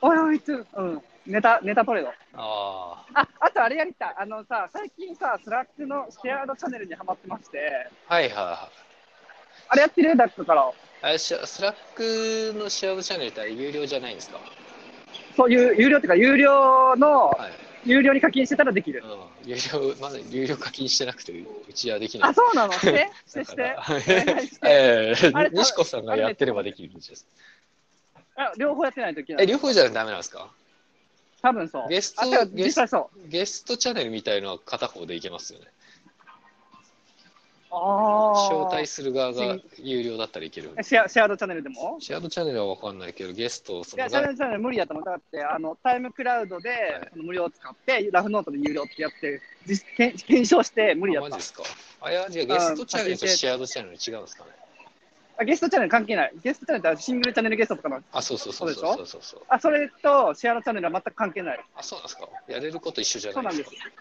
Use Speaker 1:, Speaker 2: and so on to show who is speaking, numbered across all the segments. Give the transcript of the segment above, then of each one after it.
Speaker 1: おいおい、つ、うん。ネタ、ネタトレード。
Speaker 2: あ
Speaker 1: あ、あとあれやりたい。あのさ、最近さ、スラックのシェアードチャンネルにハマってまして、
Speaker 2: あ、はいはいは
Speaker 1: あれやってるダックから。
Speaker 2: い。あれ、しスラックのシェアドチャンネルってあれ有料じゃないんですか
Speaker 1: そういう、有料っていうか、有料の、
Speaker 2: はい。
Speaker 1: 有料に課金してたらできる。
Speaker 2: うん。有料、まだ有料課金してなくて、うちはできない
Speaker 1: あ、。そうなの して、して、し
Speaker 2: だ
Speaker 1: て。
Speaker 2: から
Speaker 1: お願いして
Speaker 2: ええ
Speaker 1: あれ
Speaker 2: 西子さんがやってればできるんです。
Speaker 1: あ両方やってないといけな
Speaker 2: え、
Speaker 1: い。
Speaker 2: 両方じゃダメなんですか
Speaker 1: 多分そう。
Speaker 2: ゲスト
Speaker 1: あ、違う
Speaker 2: ゲス
Speaker 1: 実際そう。
Speaker 2: ゲストチャンネルみたいのは片方でいけますよね。
Speaker 1: ああ。
Speaker 2: 招待する側が有料だったらいける。
Speaker 1: えシェア、シェアードチャンネルでも
Speaker 2: シェアドチャンネルはわかんないけど、ゲスト、そ
Speaker 1: い
Speaker 2: の
Speaker 1: や、チャンネルチャンネル無理だと思う。だって、あの、タイムクラウドで、
Speaker 2: い
Speaker 1: その無料を使って、ラフノートで有料ってやって、実検検証して無理だ
Speaker 2: あ
Speaker 1: っ
Speaker 2: マジ
Speaker 1: た
Speaker 2: で。すか。あいや、じゃあゲストチャンネルとシェアドチャンネル違うんですかね。
Speaker 1: あ、ゲストチャンネル関係ない。ゲストチャンネルってシングルチャンネルゲストとかの。
Speaker 2: あ、そうそうそ
Speaker 1: そうで
Speaker 2: う
Speaker 1: し
Speaker 2: そ
Speaker 1: ょ
Speaker 2: うそうそうそう。
Speaker 1: あ、それとシェアードチャンネルは全く関係ない。
Speaker 2: あ、そうなんですか。やれること一緒じゃ
Speaker 1: そう
Speaker 2: な
Speaker 1: ないん
Speaker 2: で
Speaker 1: ですす
Speaker 2: か。。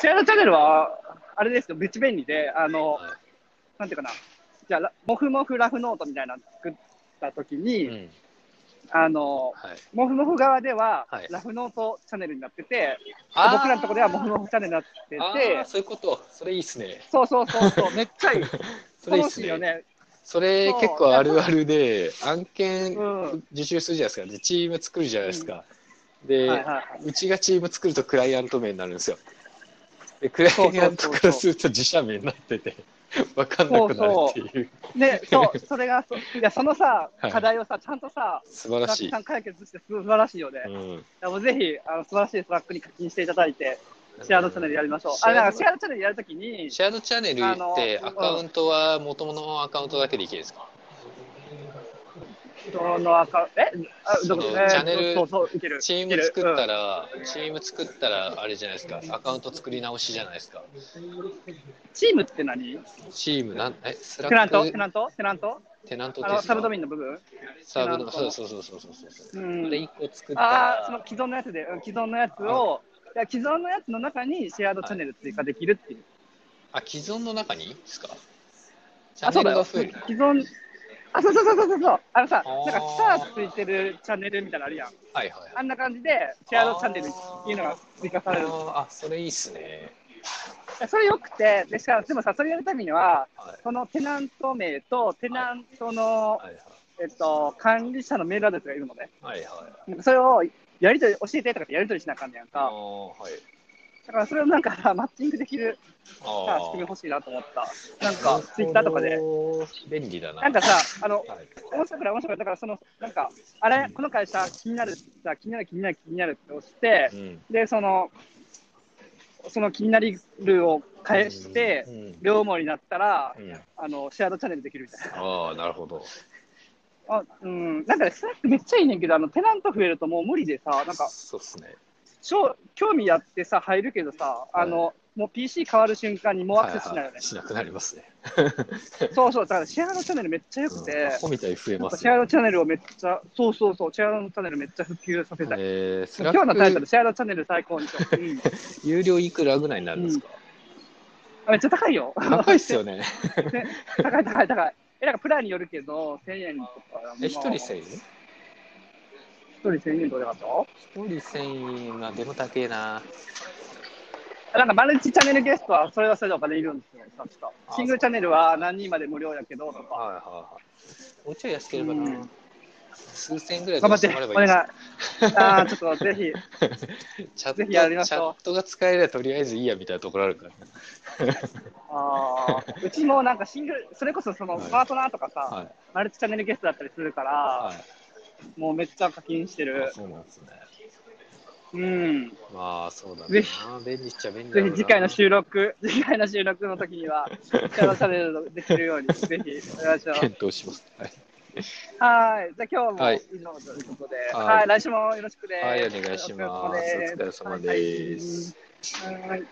Speaker 1: シェアードチャンネルは、あれですよ、めっちゃ便利で、あの、
Speaker 2: はい
Speaker 1: なんていうかな、じゃあ、ラモフモフラフノートみたいなの作ったときに、
Speaker 2: うん。
Speaker 1: あの、
Speaker 2: はい。
Speaker 1: モフモフ側では
Speaker 2: はい、
Speaker 1: ラフノートチャンネルになってて、
Speaker 2: あー
Speaker 1: 僕らのところではモフモフチャンネルにな
Speaker 2: あ
Speaker 1: って
Speaker 2: ー
Speaker 1: て、
Speaker 2: そういうこと。それいいっすね。
Speaker 1: そうそうそうそう、めっちゃいい。
Speaker 2: それいいっ
Speaker 1: 楽
Speaker 2: す
Speaker 1: しいよ
Speaker 2: ね。
Speaker 1: ね。
Speaker 2: それ
Speaker 1: そう
Speaker 2: 結構あるあるで、案件
Speaker 1: うん。
Speaker 2: 受注するじゃないですか。で、チーム作るじゃないですか。で、
Speaker 1: はいはいはいう
Speaker 2: ちがチーム作るとクライアント名になるんですよ。で、クライアントからすると自社名になってて、わかんなくなるっていう、
Speaker 1: で、そう、それが、そいや、そのさ
Speaker 2: は、い
Speaker 1: 課題をさ、ちゃんとさ、
Speaker 2: 素晴ら
Speaker 1: ス
Speaker 2: しい
Speaker 1: ラッ。クさん解決して素晴らしいよね。
Speaker 2: うん。
Speaker 1: いやもうぜひ、あの素晴らしいスラックに課金していただいて、シェアードチャンネルやりましょう。あ、なんかシェアードチャンネルやるときに、
Speaker 2: シェアドチャンネルって
Speaker 1: あの
Speaker 2: アカウントは元々のアカウントだけでいけるんですか
Speaker 1: そのアカウント、えあ
Speaker 2: そ
Speaker 1: ど
Speaker 2: の
Speaker 1: こ
Speaker 2: チ
Speaker 1: ね
Speaker 2: ャンネル
Speaker 1: そうそう、いける。
Speaker 2: チーム作ったら、チーム作ったらあれじゃないですか、アカウント作り直しじゃないですか。
Speaker 1: チームって何
Speaker 2: チームなん、え、スラ
Speaker 1: テナ
Speaker 2: ッ
Speaker 1: ントテ
Speaker 2: ク、
Speaker 1: ナントテナント
Speaker 2: テナント
Speaker 1: あ
Speaker 2: で
Speaker 1: の、
Speaker 2: すか
Speaker 1: サブドメインの部分
Speaker 2: サブド
Speaker 1: テナン
Speaker 2: そう
Speaker 1: ト
Speaker 2: そうそうそうそうそう。
Speaker 1: う
Speaker 2: それ
Speaker 1: ん。
Speaker 2: 一個作った
Speaker 1: ああ、その
Speaker 2: ら、
Speaker 1: 既存のやつで、うん既存のやつを、いや既存のやつの中にシェアードチャンネル追加できるっていう。
Speaker 2: あ、既存の中にですかチャ
Speaker 1: あ、
Speaker 2: ン
Speaker 1: そ
Speaker 2: ネ
Speaker 1: うだ
Speaker 2: ルが
Speaker 1: よ。
Speaker 2: 増える
Speaker 1: 既。存、あ、そうそうそうそうそう。あのさ、
Speaker 2: あー
Speaker 1: なんかスターついてるチャンネルみたいなのあるやん。
Speaker 2: はいはい。
Speaker 1: あんな感じで、シェアードチャンネルっていうのが追加される。い
Speaker 2: あ、それいいっすね。
Speaker 1: やそれよくて、でしかもでもさ、それやるためには、
Speaker 2: はい。
Speaker 1: そのテナント名と、テナントの、
Speaker 2: はい
Speaker 1: えっと、管理者のメールアドレスがいるのね。
Speaker 2: はい。はいはい。
Speaker 1: なんかそれをやりとり教えてとかってやりとりしなあかんねやん
Speaker 2: あ
Speaker 1: か。
Speaker 2: あ、はい。
Speaker 1: だからそれをなんかさマッチングできるさ仕組み
Speaker 2: あ
Speaker 1: 欲しいなと思った。なんかツイッターとかで。
Speaker 2: あ。便利だな。
Speaker 1: なんかさ、あの、
Speaker 2: はい、
Speaker 1: 面白くない面白くない。だからその、なんか、あれ、この会社気になるさ、気になる気になる気になるって押して
Speaker 2: う、ん。
Speaker 1: で、その、その気になりるを返して
Speaker 2: う、ん。
Speaker 1: 両思いになったら、
Speaker 2: うん
Speaker 1: あの、シェアードチャンネルできるみたいな。
Speaker 2: ああ、なるほど。
Speaker 1: あうん、なんかね、スナックめっちゃいいねんけど、あの、テナント増えるともう無理でさ、なんか、
Speaker 2: そうっすね。
Speaker 1: しょう興味やってさ、入るけどさ、あの、もう PC 変わる瞬間にもうアクセスしないよね。
Speaker 2: しなくなりますね。
Speaker 1: そうそう、だからシェアのチャンネルめっちゃ良くて、
Speaker 2: うん、アホみたいに増え
Speaker 1: なん
Speaker 2: ま
Speaker 1: か
Speaker 2: す
Speaker 1: シェアのチャンネルをめっちゃ、そうそうそう、シェアのチャンネルめっちゃ普及させたい。
Speaker 2: えー、ス
Speaker 1: 今
Speaker 2: ラ
Speaker 1: 日のタイト
Speaker 2: ッ
Speaker 1: ル、
Speaker 2: ク、
Speaker 1: シェアのチャンネル最高にしよう。うん、
Speaker 2: 有料いくらぐらいになるんですか、
Speaker 1: あめっちゃ高いよ。
Speaker 2: 高いっすよね。
Speaker 1: 高い高い高い。え、なんかプランによるけど、1000円とか。
Speaker 2: え、一人
Speaker 1: 1
Speaker 2: 1000円
Speaker 1: 人1000円とかだと
Speaker 2: 一人1000円はでも高えな。
Speaker 1: なんかマルチチャンネルゲストは、それはそれでお金いるんですよ、確か。シングルチャンネルは何人まで無料やけど、と
Speaker 2: はい
Speaker 1: か。
Speaker 2: はいはい。もうちょい安ければ
Speaker 1: う
Speaker 2: な。
Speaker 1: ん
Speaker 2: 数千円ぐらい
Speaker 1: 頑張っ
Speaker 2: 収
Speaker 1: て、
Speaker 2: まれ
Speaker 1: お
Speaker 2: ばい
Speaker 1: 願
Speaker 2: い
Speaker 1: い。
Speaker 2: です
Speaker 1: ああー、ちょっとぜひ。
Speaker 2: チャット
Speaker 1: ぜひやりまし
Speaker 2: チャ
Speaker 1: ょう
Speaker 2: ットが使えればとりあえずいいやみたいなところあるから、ね。
Speaker 1: あーうちもなんかシングル、それこそその
Speaker 2: はい
Speaker 1: パートナーとかさ、
Speaker 2: はい。
Speaker 1: マルチチャンネルゲストだったりするから、
Speaker 2: はい。
Speaker 1: もうめっちゃ課金して
Speaker 2: あ
Speaker 1: る。
Speaker 2: そうなんですね。
Speaker 1: うん。
Speaker 2: まあ、そうだ
Speaker 1: ぜ
Speaker 2: ね。便利っちゃ便利だ
Speaker 1: ぜ
Speaker 2: ろう
Speaker 1: ひ
Speaker 2: な
Speaker 1: 次回の収録、次回の収録の時には、チャンネルできるように、ぜひお願いします。
Speaker 2: 検討します。はい。
Speaker 1: はい。じゃあ今日
Speaker 2: は
Speaker 1: も
Speaker 2: い
Speaker 1: 以上ということで、
Speaker 2: は
Speaker 1: はいい。来週もよろしくです。
Speaker 2: はい、お願いします。お疲れ様です。
Speaker 1: す。はい。